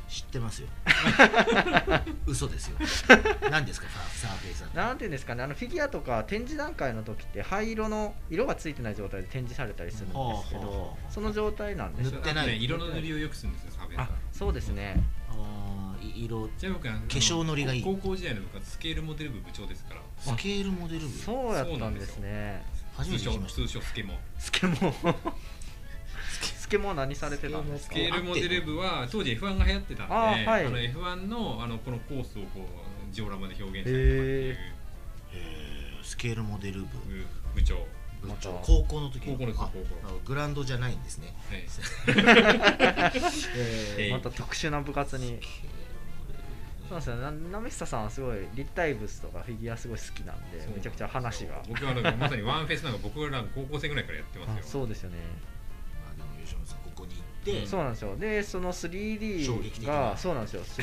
[SPEAKER 4] 知ってます よ嘘ですよ何ですかサーフェイサーって
[SPEAKER 5] なんていうんですかねあのフィギュアとか展示段階の時って灰色の色がついてない状態で展示されたりするんですけ
[SPEAKER 4] ほうほうほ
[SPEAKER 5] ど
[SPEAKER 4] うほう
[SPEAKER 5] その状態なんです
[SPEAKER 4] 塗
[SPEAKER 5] よ
[SPEAKER 4] っ。てない
[SPEAKER 3] あとね色の塗りをよくするんですよサーベイさん
[SPEAKER 5] あそうですね
[SPEAKER 4] あーい色
[SPEAKER 3] ちなみに僕はあの
[SPEAKER 4] 化粧のりがいい
[SPEAKER 3] 高校時代の部活スケールモデル部部長ですから
[SPEAKER 4] スケールモデル部
[SPEAKER 5] そうやったんですね。
[SPEAKER 4] 初めて聞きまし
[SPEAKER 3] 通称通称スケモ
[SPEAKER 5] スケモースケモー何されてたんです
[SPEAKER 3] ス
[SPEAKER 5] か
[SPEAKER 3] ケールモデル部は当時 F1 が流行ってたんであ、
[SPEAKER 5] あーはい
[SPEAKER 3] の F1 のあのこのコースをこうジオラマで表現したりとかってい
[SPEAKER 5] へ
[SPEAKER 3] う
[SPEAKER 4] たへースケールモデル部
[SPEAKER 3] 部部長、は
[SPEAKER 4] 部長
[SPEAKER 5] また
[SPEAKER 4] 高校の時
[SPEAKER 3] 高校の時
[SPEAKER 4] あ
[SPEAKER 3] 高校
[SPEAKER 4] グラウンドじゃないんですね
[SPEAKER 3] い
[SPEAKER 4] え
[SPEAKER 3] えー
[SPEAKER 5] また特殊な部活に。そうなんですよなナメスタさんはすごい立体物とかフィギュアすごい好きなんでめちゃくちゃ話が
[SPEAKER 3] 僕はあのまさにワンフェスなんか僕らの高校生ぐらいからやってます
[SPEAKER 5] あ
[SPEAKER 3] よ
[SPEAKER 5] そうですよね
[SPEAKER 4] まあでも吉本さんここに行って、
[SPEAKER 3] うん
[SPEAKER 5] そうなんですよでその
[SPEAKER 4] 衝撃
[SPEAKER 5] 3D
[SPEAKER 4] 的
[SPEAKER 5] が
[SPEAKER 4] な
[SPEAKER 5] そうなんですよす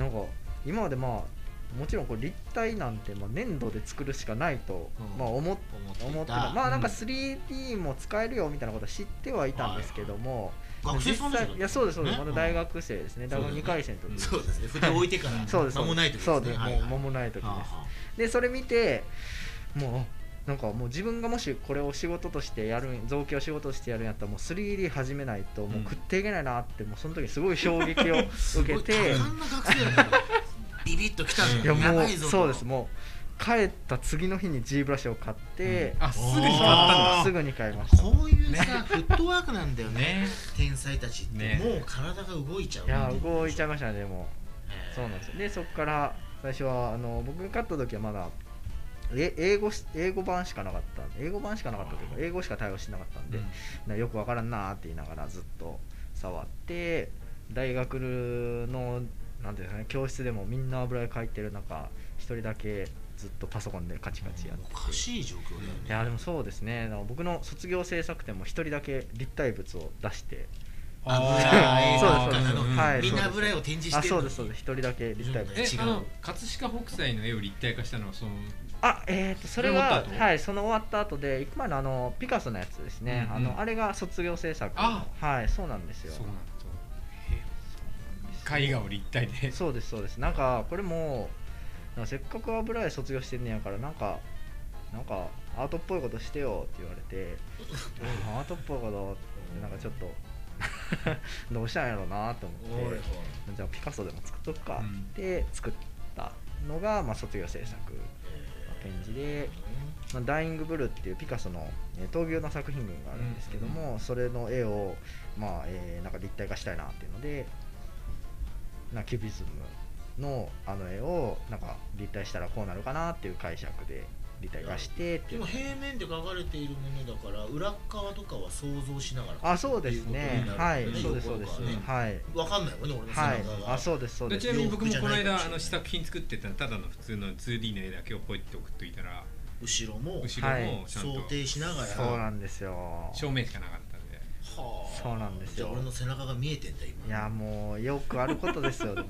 [SPEAKER 5] ごなんか今までまあもちろんこう立体なんてまあ粘土で作るしかないと、
[SPEAKER 4] うん
[SPEAKER 5] まあ思っ
[SPEAKER 4] 思っていた
[SPEAKER 5] 思ってたまあなんか
[SPEAKER 3] うん
[SPEAKER 5] 3D も使えるよみたいなことは知ってはいたんですけども、
[SPEAKER 4] 学生さんです
[SPEAKER 5] 実
[SPEAKER 4] よ
[SPEAKER 5] 際
[SPEAKER 4] ね
[SPEAKER 5] いやそうですそうです、
[SPEAKER 4] ね
[SPEAKER 5] まだ大学生ですね大学2回生の時、
[SPEAKER 3] うん
[SPEAKER 4] そうですね筆置いてから
[SPEAKER 5] そうです
[SPEAKER 4] 間もない時です
[SPEAKER 5] そう
[SPEAKER 4] ね
[SPEAKER 5] です、
[SPEAKER 4] はい
[SPEAKER 5] もう
[SPEAKER 4] はい
[SPEAKER 5] 間もない時です、
[SPEAKER 4] はあはあ
[SPEAKER 5] でそれ見てもうなんかもう自分がもしこれを仕事としてやるん造形を仕事としてやるんやったらもう 3D 始めないともう食っていけないなって、もうその時すごい衝撃 を
[SPEAKER 4] す
[SPEAKER 5] 受
[SPEAKER 4] ご
[SPEAKER 5] け
[SPEAKER 4] い
[SPEAKER 5] て
[SPEAKER 4] 多感な学生だねビビッときたんだ
[SPEAKER 5] いや
[SPEAKER 4] よ
[SPEAKER 5] も
[SPEAKER 4] ば
[SPEAKER 5] う
[SPEAKER 4] いぞと
[SPEAKER 5] そうですもう帰った次の日に G ブラシを買って、
[SPEAKER 3] あすぐに
[SPEAKER 4] あ
[SPEAKER 3] 変わっ
[SPEAKER 5] すぐに買いました
[SPEAKER 4] こういうさ、フットワークなんだよ
[SPEAKER 3] たんだ
[SPEAKER 4] ね
[SPEAKER 3] ね
[SPEAKER 4] 天才たちって、
[SPEAKER 3] ね
[SPEAKER 4] もう体が動いちゃう
[SPEAKER 5] いや動いちゃい
[SPEAKER 4] ま
[SPEAKER 5] ましたねでもそうなんですよでそこから最初はあの僕が買った時はまだえ英語し英語版しかなかったんで英語版しかなかったというか英語しか対応してなかったんで、なよくわからんなーって言いながらずっと触って大学のなんていうんですかね教室でもみんな油絵描いてる中一人だけずっとパソコンでカチカチやって
[SPEAKER 4] おかしい状況だよね
[SPEAKER 5] いやでもそうですねだから僕の卒業制作展も一人だけ立体物を出して
[SPEAKER 4] 油絵
[SPEAKER 5] そう
[SPEAKER 4] なんか
[SPEAKER 5] ですそうです
[SPEAKER 4] あの
[SPEAKER 5] はい
[SPEAKER 4] みんな
[SPEAKER 5] そうです
[SPEAKER 4] 油絵を展示して
[SPEAKER 5] あ
[SPEAKER 4] る
[SPEAKER 5] そうですそうですす一人だけ立体物
[SPEAKER 4] え
[SPEAKER 3] え
[SPEAKER 4] 違う
[SPEAKER 3] あの葛飾北斎の絵を立体化したのはその
[SPEAKER 5] あえっ、とそれ
[SPEAKER 3] それ終わっ
[SPEAKER 5] は
[SPEAKER 3] た後
[SPEAKER 5] はいその終わった後で行く前のあのピカソのやつですね、
[SPEAKER 3] うんうん
[SPEAKER 5] あのあれが卒業制作の
[SPEAKER 3] あ
[SPEAKER 5] はいそうなんですよ
[SPEAKER 3] そうなんだ絵画を立体で
[SPEAKER 5] そうですそうですなんかこれもなんかせっかく油絵卒業してんねやからなんかなんかアートっぽいことしてよって言わ れてうんアートっぽいことってなんかちょっと どうしたんやろうなと
[SPEAKER 4] おい
[SPEAKER 5] 思
[SPEAKER 4] おい
[SPEAKER 5] ってじゃあピカソでも作っとくかって作ったのが、まあ、卒業制作の展示で「まあ、ダイイングブルー」っていうピカソのえー闘牛の作品群があるんですけども、それの絵を、まあえーなんか立体化したいなっていうのでなんかキュビズムのあの絵をなんか立体したらこうなるかなっていう解釈で立体化してって
[SPEAKER 4] で
[SPEAKER 5] いう
[SPEAKER 4] も平面で描かれているものだから裏側とかは想像しながら
[SPEAKER 5] あそうですね
[SPEAKER 4] っていうことにな
[SPEAKER 5] は
[SPEAKER 4] る
[SPEAKER 5] い
[SPEAKER 4] よね
[SPEAKER 5] そうですそうです、
[SPEAKER 3] 横
[SPEAKER 4] 横とかね
[SPEAKER 5] はい
[SPEAKER 4] わかんないもんね俺の背
[SPEAKER 5] はい
[SPEAKER 4] 中が、
[SPEAKER 5] あそうですそうで
[SPEAKER 3] ですちなみに僕もこの
[SPEAKER 4] 洋服じゃない
[SPEAKER 3] 間
[SPEAKER 4] か
[SPEAKER 3] あ
[SPEAKER 4] も
[SPEAKER 3] の試
[SPEAKER 4] しれない
[SPEAKER 3] 作品作ってたらただの普通の 2D の絵だけをポイって送っといたら
[SPEAKER 4] 後ろも
[SPEAKER 3] 後ろもちゃん
[SPEAKER 4] 想
[SPEAKER 3] と
[SPEAKER 4] 定しながら
[SPEAKER 5] そうな
[SPEAKER 4] は
[SPEAKER 5] んですよ
[SPEAKER 3] 正面しかなかったんで
[SPEAKER 4] あ
[SPEAKER 5] そうなんですよ
[SPEAKER 4] じゃあ俺の背中が見えてんだ今
[SPEAKER 5] いやもうよくあることですよでも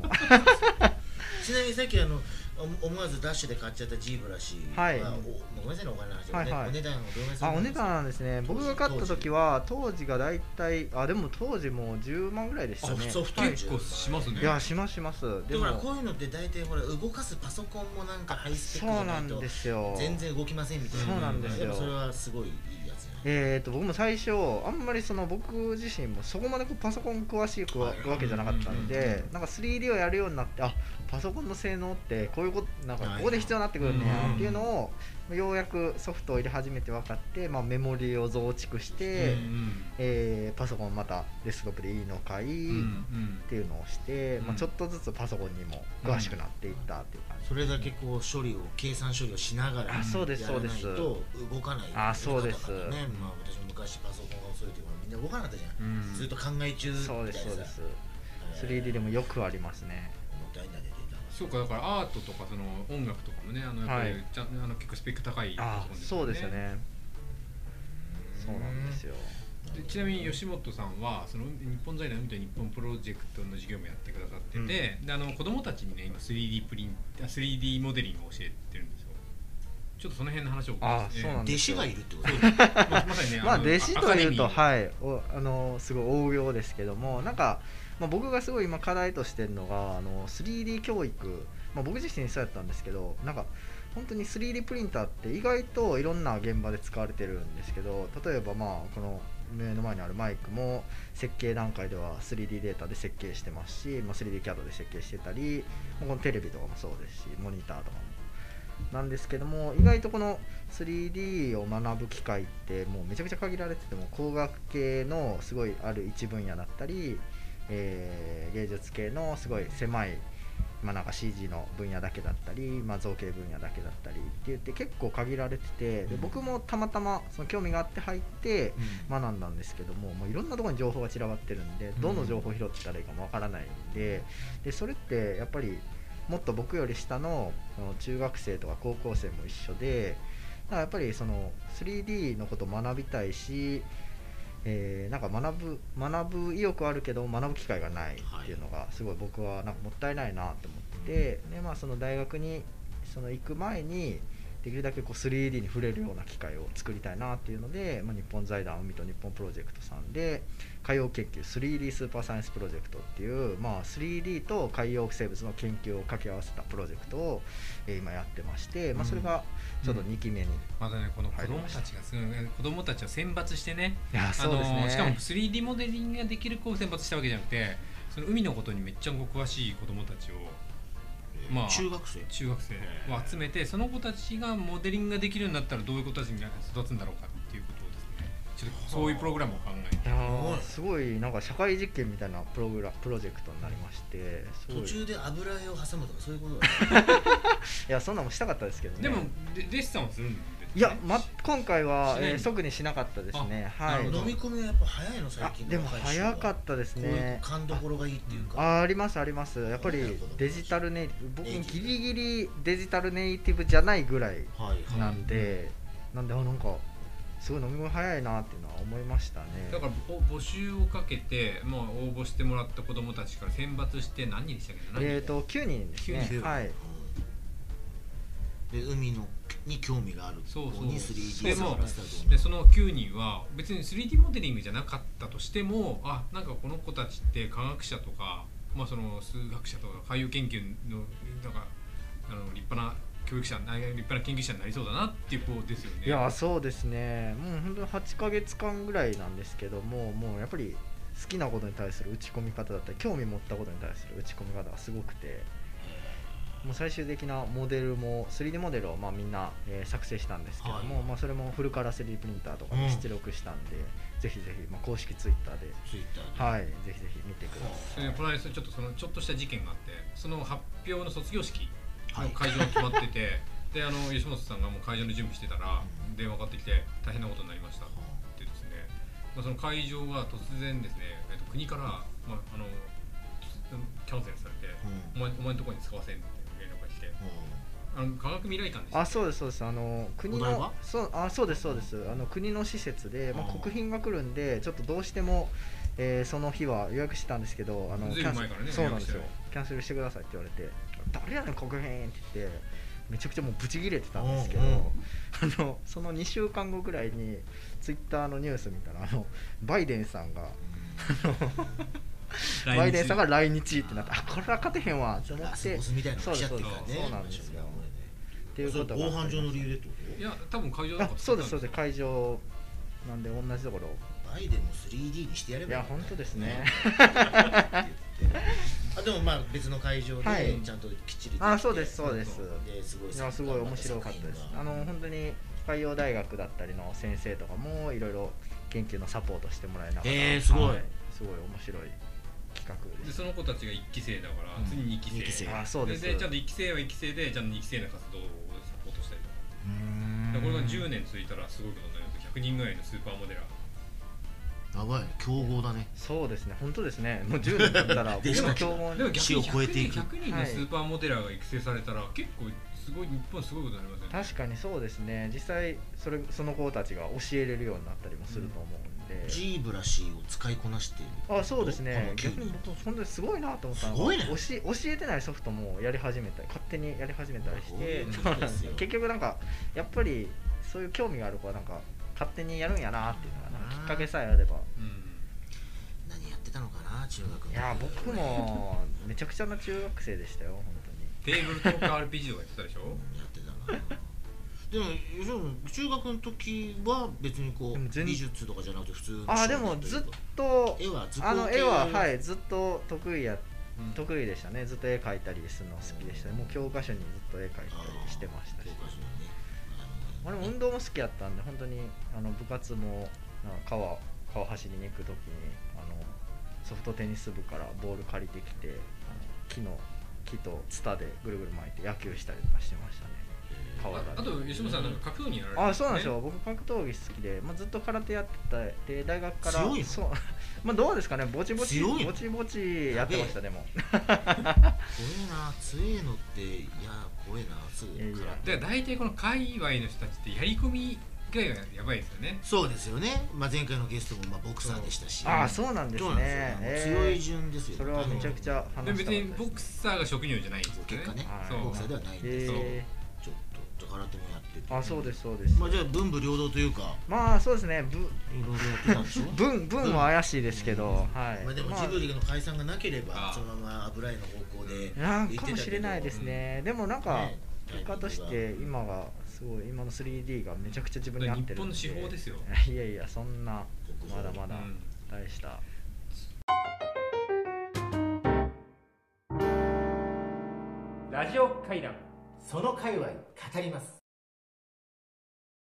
[SPEAKER 4] ちなみにさっきあのお思わずダッシュで買っちゃったジーブラシは、
[SPEAKER 5] はい
[SPEAKER 4] おごめんなさいねお金の話、
[SPEAKER 5] はいはい
[SPEAKER 4] お値段をどれぐらいする
[SPEAKER 5] あ
[SPEAKER 4] ん
[SPEAKER 5] お
[SPEAKER 4] です
[SPEAKER 5] 値
[SPEAKER 4] か
[SPEAKER 5] 段ですね
[SPEAKER 4] 当時
[SPEAKER 5] 僕が買った時は当時が大体あでも当時もう10万ぐらいでしたね
[SPEAKER 4] あソフト
[SPEAKER 3] 結構しますね
[SPEAKER 5] いやしますします
[SPEAKER 4] で
[SPEAKER 5] で
[SPEAKER 4] ほ
[SPEAKER 5] も
[SPEAKER 4] らこういうのって大体ほら動かすパソコンもなんかハイスペ
[SPEAKER 5] そ
[SPEAKER 4] ックじゃ
[SPEAKER 5] う
[SPEAKER 4] な
[SPEAKER 5] ないん
[SPEAKER 4] と
[SPEAKER 5] ですよ
[SPEAKER 4] 全然動きませんみたいな
[SPEAKER 5] そうなんですよ
[SPEAKER 4] もそれはすごいいいやつじゃない
[SPEAKER 5] えー、と僕も最初あんまりその僕自身もそこまでこうパソコン詳しくわわけじゃなかったんでなんか 3D をやるようになってあパソコンの性能ってこういうことなんかここで必要になってくるんだ
[SPEAKER 3] はい
[SPEAKER 5] なっていうのをようやくソフトを入れ始めて分かって、まあ、メモリを増築して、
[SPEAKER 3] うんうん
[SPEAKER 5] えーパソコンまたデスクトップでいいのかい、
[SPEAKER 3] うんう
[SPEAKER 5] っ
[SPEAKER 3] ん
[SPEAKER 5] ていうのをして、
[SPEAKER 3] うん
[SPEAKER 5] まあ、ちょっとずつパソコンにも詳しくなっていったっていう感じ、
[SPEAKER 4] それだけこう処理を計算処理をしながらやら
[SPEAKER 5] あ
[SPEAKER 4] ない
[SPEAKER 5] そうですそうです
[SPEAKER 4] と動かない
[SPEAKER 5] あそうです
[SPEAKER 4] 世の中だからねまあ私も昔パソコンが遅い時もみんな動かなかったじゃ
[SPEAKER 3] うんん
[SPEAKER 4] ずっと考え中みたい
[SPEAKER 5] そう
[SPEAKER 4] な
[SPEAKER 5] ですそうで
[SPEAKER 4] さ
[SPEAKER 5] す
[SPEAKER 4] えー
[SPEAKER 5] 3D でもよくありますね
[SPEAKER 4] もったいないねデータが
[SPEAKER 3] そうかだからアートとかその音楽とかもねあのやっぱ
[SPEAKER 5] は
[SPEAKER 3] り
[SPEAKER 5] い
[SPEAKER 3] ちゃんあの結構スペック高い
[SPEAKER 5] あそうですよねそうなんですよ
[SPEAKER 3] でちなみに吉本さんはその日本財団みたいな日本プロジェクトの授業もやってくださってて、
[SPEAKER 5] うん
[SPEAKER 3] であの子供たちにね今 3D プリンあ 3D モデリングを教えてるんですよちょっとその辺の話を
[SPEAKER 5] あ
[SPEAKER 3] です
[SPEAKER 5] そうなん
[SPEAKER 4] 弟子がいるってこと
[SPEAKER 3] そうままさに ね
[SPEAKER 5] まあ
[SPEAKER 3] の
[SPEAKER 5] 弟子
[SPEAKER 3] ア
[SPEAKER 5] と
[SPEAKER 3] カデ
[SPEAKER 5] いう
[SPEAKER 3] ミー
[SPEAKER 5] とはいおあのすごい大行ですけどもなんか、まあ、僕がすごい今課題としてるのがあの 3D 教育、まあ、僕自身そうやったんですけどなんか本当に 3D プリンターって意外といろんな現場で使われてるんですけど例えばまあこの目の前にあるマイクも設計段階では 3D データで設計してますし、まあ、3DCAD で設計してたりこのテレビとかもそうですしモニターとかもなんですけども意外とこの 3D を学ぶ機会ってもうめちゃくちゃ限られてても工学系のすごいある一分野だったり、えー芸術系のすごい狭い、まあ、なんか CG の分野だけだったり、まあ、造形分野だけだったりって言って結構限られててで僕もたまたまその興味があって入って学んだんですけどももういろんなところに情報が散らばってるんでどの情報を拾ってたらいいかもわからないんででそれってやっぱりもっと僕より下のあの中学生とか高校生も一緒でだからやっぱりその 3D のことを学びたいし、えーなんか学ぶ学ぶ意欲はあるけど学ぶ機会がないっていうのがすごい僕はなんかもったいないなと思ってて、でまあ、その大学にその行く前にできるだけこう 3D に触れるような機会を作りたいなっていうので、まあ、日本財団海と日本プロジェクトさんで海洋研究 3D スーパーサイエンスプロジェクトっていう、まあ、3D と海洋生物の研究を掛け合わせたプロジェクトを、えー今やってまして、まあ、それがちょっと2期目に、
[SPEAKER 3] またねこの子供たちがすごい子供たちを選抜してね
[SPEAKER 5] いや
[SPEAKER 3] あのしかも 3D モデリングができる子を選抜したわけじゃなくてその海のことにめっちゃ詳しい子供たちをまあ
[SPEAKER 4] 中学生
[SPEAKER 3] 中学生を集めてその子たちがモデリングができるようになったらどういう子たちに育つんだろうかっていうことをですねちょっとそういうプログラムを考え
[SPEAKER 5] い
[SPEAKER 3] て
[SPEAKER 5] や
[SPEAKER 4] う
[SPEAKER 5] ー
[SPEAKER 4] ん
[SPEAKER 5] すごいなんか社会実験みたいなプログラプロジェクトになりましてすご
[SPEAKER 4] 途
[SPEAKER 5] い
[SPEAKER 4] 中
[SPEAKER 5] い
[SPEAKER 4] で油絵を挟むとかそういうことだね
[SPEAKER 5] やそんなんもしたかったですけどね
[SPEAKER 3] でもで弟子さんはするんで
[SPEAKER 5] いや、ま、今回は
[SPEAKER 3] し、ない
[SPEAKER 5] えー即にしなかったですね
[SPEAKER 3] な
[SPEAKER 5] は
[SPEAKER 3] る
[SPEAKER 5] い
[SPEAKER 3] ほど
[SPEAKER 4] 飲み込みはやっぱ早いの最
[SPEAKER 5] あ
[SPEAKER 4] 近の
[SPEAKER 5] でも
[SPEAKER 4] 若い人
[SPEAKER 5] 早か
[SPEAKER 4] は
[SPEAKER 5] ったです
[SPEAKER 4] こういう
[SPEAKER 5] ね
[SPEAKER 4] 勘どころがいいっていうか
[SPEAKER 5] あありますありますやっぱりデジタルネイティブ僕
[SPEAKER 4] ネイティ
[SPEAKER 5] ギ
[SPEAKER 4] ブ
[SPEAKER 5] リギリデジタルネイティブじゃないぐらい
[SPEAKER 4] はいはい
[SPEAKER 5] なんで、なんであなんかすごい飲み込み早いなっていうのは思いましたね
[SPEAKER 3] だからぼ募集をかけてもう応募してもらった子供たちから選抜して何人でしたっけ何人
[SPEAKER 5] えっ、と9人ですね
[SPEAKER 3] 九人
[SPEAKER 5] はい
[SPEAKER 4] で海のに興味がある
[SPEAKER 3] そうそう
[SPEAKER 4] 子に 3D
[SPEAKER 3] でも
[SPEAKER 4] サーバースタート
[SPEAKER 3] でその9人は別に 3D モデリングじゃなかったとしてもあなんかこの子たちって科学者とか、まあ、その数学者とか海洋研究のなんかあの立派な教育者あ立派な研究者になりそうだなっていう子ですよね。
[SPEAKER 5] いやそうですねもう本当に8ヶ月間ぐらいなんですけどももうやっぱり好きなことに対する打ち込み方だったり興味持ったことに対する打ち込み方がすごくてもう最終的なモデルも 3D モデルをまあみんな、えー作成したんですけども、
[SPEAKER 4] はい
[SPEAKER 5] まあ、それもフルカラー 3D プリンターとかで出力したんで、ぜひぜひ、まあ、公式ツイッターで、
[SPEAKER 4] ツイッターで
[SPEAKER 5] はい、ぜひぜひ見てください
[SPEAKER 3] でこの間ちょっとそのちょっとした事件があってその発表の卒業式
[SPEAKER 4] は
[SPEAKER 3] の
[SPEAKER 4] い
[SPEAKER 3] 会場が決まってて、であの吉本さんがもう会場の準備してたら
[SPEAKER 4] うん
[SPEAKER 3] 電話かかってきて大変なことになりましたってですね、まあ、その会場が突然ですね、えっと、国から、まあ、あのキャンセルされて、
[SPEAKER 4] うん
[SPEAKER 3] お前お前のところに使わせんって連絡が来てあの科学未来館でした
[SPEAKER 5] あそう
[SPEAKER 3] う
[SPEAKER 5] ですそうですあの国
[SPEAKER 4] お台
[SPEAKER 5] の
[SPEAKER 4] 場
[SPEAKER 5] そうあそうですそうですあの国の施設で、まあ、
[SPEAKER 4] うん
[SPEAKER 5] 国賓が来るんでちょっとどうしても、えーその日は予約してたんですけどあの
[SPEAKER 3] ずいぶん前からね
[SPEAKER 5] そうなんですよ
[SPEAKER 3] 予約し
[SPEAKER 5] キャンセルしてくださいって言われて誰やねん国編って言ってめちゃくちゃもうブチギレてたんですけど、
[SPEAKER 4] うんうん
[SPEAKER 5] あのその2週間後ぐらいにツイッターのニュース見たらあのバイデンさんが
[SPEAKER 3] 来日
[SPEAKER 5] バイデンさんが来日ってなってあこれは勝てへんわって
[SPEAKER 4] うん
[SPEAKER 5] 思
[SPEAKER 4] ラ
[SPEAKER 5] っ
[SPEAKER 4] ス
[SPEAKER 5] て
[SPEAKER 4] ボ
[SPEAKER 5] っ
[SPEAKER 4] スみたいなの来ちゃってるからね
[SPEAKER 5] そうなんですよていう
[SPEAKER 4] そ
[SPEAKER 5] こ
[SPEAKER 4] れ
[SPEAKER 5] と
[SPEAKER 4] 防犯上の理由でってこ
[SPEAKER 3] いや多分会場
[SPEAKER 5] あそうですそう
[SPEAKER 3] す
[SPEAKER 5] です会場なんで同じところ
[SPEAKER 4] とバイデンも 3D にしてやれ
[SPEAKER 5] い
[SPEAKER 4] ば
[SPEAKER 5] や本当ですね
[SPEAKER 4] あでもまあ別の会場で
[SPEAKER 5] はい
[SPEAKER 4] ちゃんときっちりきて
[SPEAKER 5] あそうですそうです
[SPEAKER 4] ですごい
[SPEAKER 5] いやすごい面白かったですあの本当に海洋大学だったりの先生とかもいろいろ研究のサポートしてもらいながら
[SPEAKER 4] えーすごい
[SPEAKER 5] はすごい面白い企画
[SPEAKER 3] で
[SPEAKER 5] です
[SPEAKER 3] その子たちが1期生だから、
[SPEAKER 4] うん
[SPEAKER 3] 次に2期生
[SPEAKER 4] 二期生
[SPEAKER 5] あそうです
[SPEAKER 3] でちゃんと1期生は1期生でちゃんと2期生の活動をサポートしたりとかでこれが10年続いたらすごいことになると100人ぐらいのスーパーモデラー
[SPEAKER 4] やばい強豪だね
[SPEAKER 5] そうですね本当ですねもう10年経った ら
[SPEAKER 4] で
[SPEAKER 5] 僕も競合
[SPEAKER 3] でも逆
[SPEAKER 5] に
[SPEAKER 3] に
[SPEAKER 4] 死を超えていく
[SPEAKER 3] 100人のスーパーモデラーが育成されたら、結構すごい日本すごいことになりますよね
[SPEAKER 5] 確かにそうですね実際それその子たちが教えれるようになったりもすると思うんで、
[SPEAKER 4] ジーブラシーを使いこなしている
[SPEAKER 5] あそうですね
[SPEAKER 4] この
[SPEAKER 5] 逆に僕本当にすごいなと思ったの
[SPEAKER 4] すごいね
[SPEAKER 5] 教え教えてないソフトもやり始めたり勝手にやり始めたりして
[SPEAKER 4] す
[SPEAKER 5] そ
[SPEAKER 4] ごい
[SPEAKER 5] うなん
[SPEAKER 4] で
[SPEAKER 5] ですす
[SPEAKER 4] よ
[SPEAKER 5] よ結局なんかやっぱりそういう興味がある子はなんか勝手にやるんやなっていうのがなんかきっかけさえあれば
[SPEAKER 3] うん
[SPEAKER 4] 何やってたのかな中学の
[SPEAKER 5] いや僕もめちゃくちゃな中学生でしたよ本
[SPEAKER 3] テーブルトーク RPG とかやってたでしょ
[SPEAKER 4] やってたなでも吉野さん中学の時は別にこ
[SPEAKER 5] でも
[SPEAKER 4] う
[SPEAKER 5] 全
[SPEAKER 4] 美術とかじゃなくて普通の
[SPEAKER 5] 当にあ
[SPEAKER 4] 小学校
[SPEAKER 5] でも
[SPEAKER 4] という
[SPEAKER 5] ずっ
[SPEAKER 4] か
[SPEAKER 5] と
[SPEAKER 4] 絵は図工
[SPEAKER 5] あの絵ははいいずっと得意や
[SPEAKER 3] うん
[SPEAKER 5] 得意でしたねずっと絵描いたりするの好きでしたねもう教科書にずっと絵描いたりしてましたし俺も運動も好きやったんで本当にあの部活もなんか川川走りに行く時にあのソフトテニス部からボール借りてきてあの木の木とツタでぐるぐる巻いて野球したりとかしてましたね川
[SPEAKER 3] あ
[SPEAKER 5] だ
[SPEAKER 3] あと吉本さんなんか架空にやられて
[SPEAKER 5] あそうなんですよ、僕格闘技好きで、まあ、ずっと空手やってたで大学から
[SPEAKER 4] 強いの
[SPEAKER 5] そう まあどうですかねぼちぼち
[SPEAKER 4] 強いの
[SPEAKER 5] ぼちぼちやってましたでも
[SPEAKER 4] 怖えな強えのっていや怖えなすぐ
[SPEAKER 5] いやいや
[SPEAKER 4] から
[SPEAKER 3] だから大体この界隈の人たちってやり込みがやばいですよね
[SPEAKER 4] そうですよね、まあ、前回のゲストもまあボクサーでしたし
[SPEAKER 5] ああそうなんです
[SPEAKER 4] そうなん
[SPEAKER 5] ね
[SPEAKER 4] です
[SPEAKER 5] え
[SPEAKER 4] よ、
[SPEAKER 5] ー
[SPEAKER 4] 強い順ですよ
[SPEAKER 5] それはめちゃくちゃ
[SPEAKER 3] で
[SPEAKER 5] 話し
[SPEAKER 3] 別
[SPEAKER 5] たか
[SPEAKER 3] に
[SPEAKER 5] った
[SPEAKER 3] ボクサーが職業じゃないんですよね
[SPEAKER 4] 結果ね
[SPEAKER 5] はい
[SPEAKER 4] ボクサーではないんですけど
[SPEAKER 5] え
[SPEAKER 4] ちょっと空手もやってて
[SPEAKER 5] ー、あそうですそうです
[SPEAKER 4] まあじゃあ文武両道というか
[SPEAKER 5] まあそうですねぶ
[SPEAKER 4] いろいろやってたんでしょ
[SPEAKER 5] 文文は怪しいですけど、
[SPEAKER 4] うん
[SPEAKER 5] はい。
[SPEAKER 4] まあでも
[SPEAKER 5] まあ
[SPEAKER 4] ジブリの解散がなければ
[SPEAKER 3] あ
[SPEAKER 4] そのまま油絵の方向で
[SPEAKER 5] なんかもしれないですね。でもなんか
[SPEAKER 4] ね
[SPEAKER 5] 結果として今がすごい今の 3D がめちゃくちゃ自分に合ってるんで。
[SPEAKER 3] 日本の手法ですよ。
[SPEAKER 5] いやいやそんなまだま
[SPEAKER 3] う
[SPEAKER 5] だ
[SPEAKER 3] ん
[SPEAKER 5] 大した。
[SPEAKER 2] ラジオ会談その界隈語ります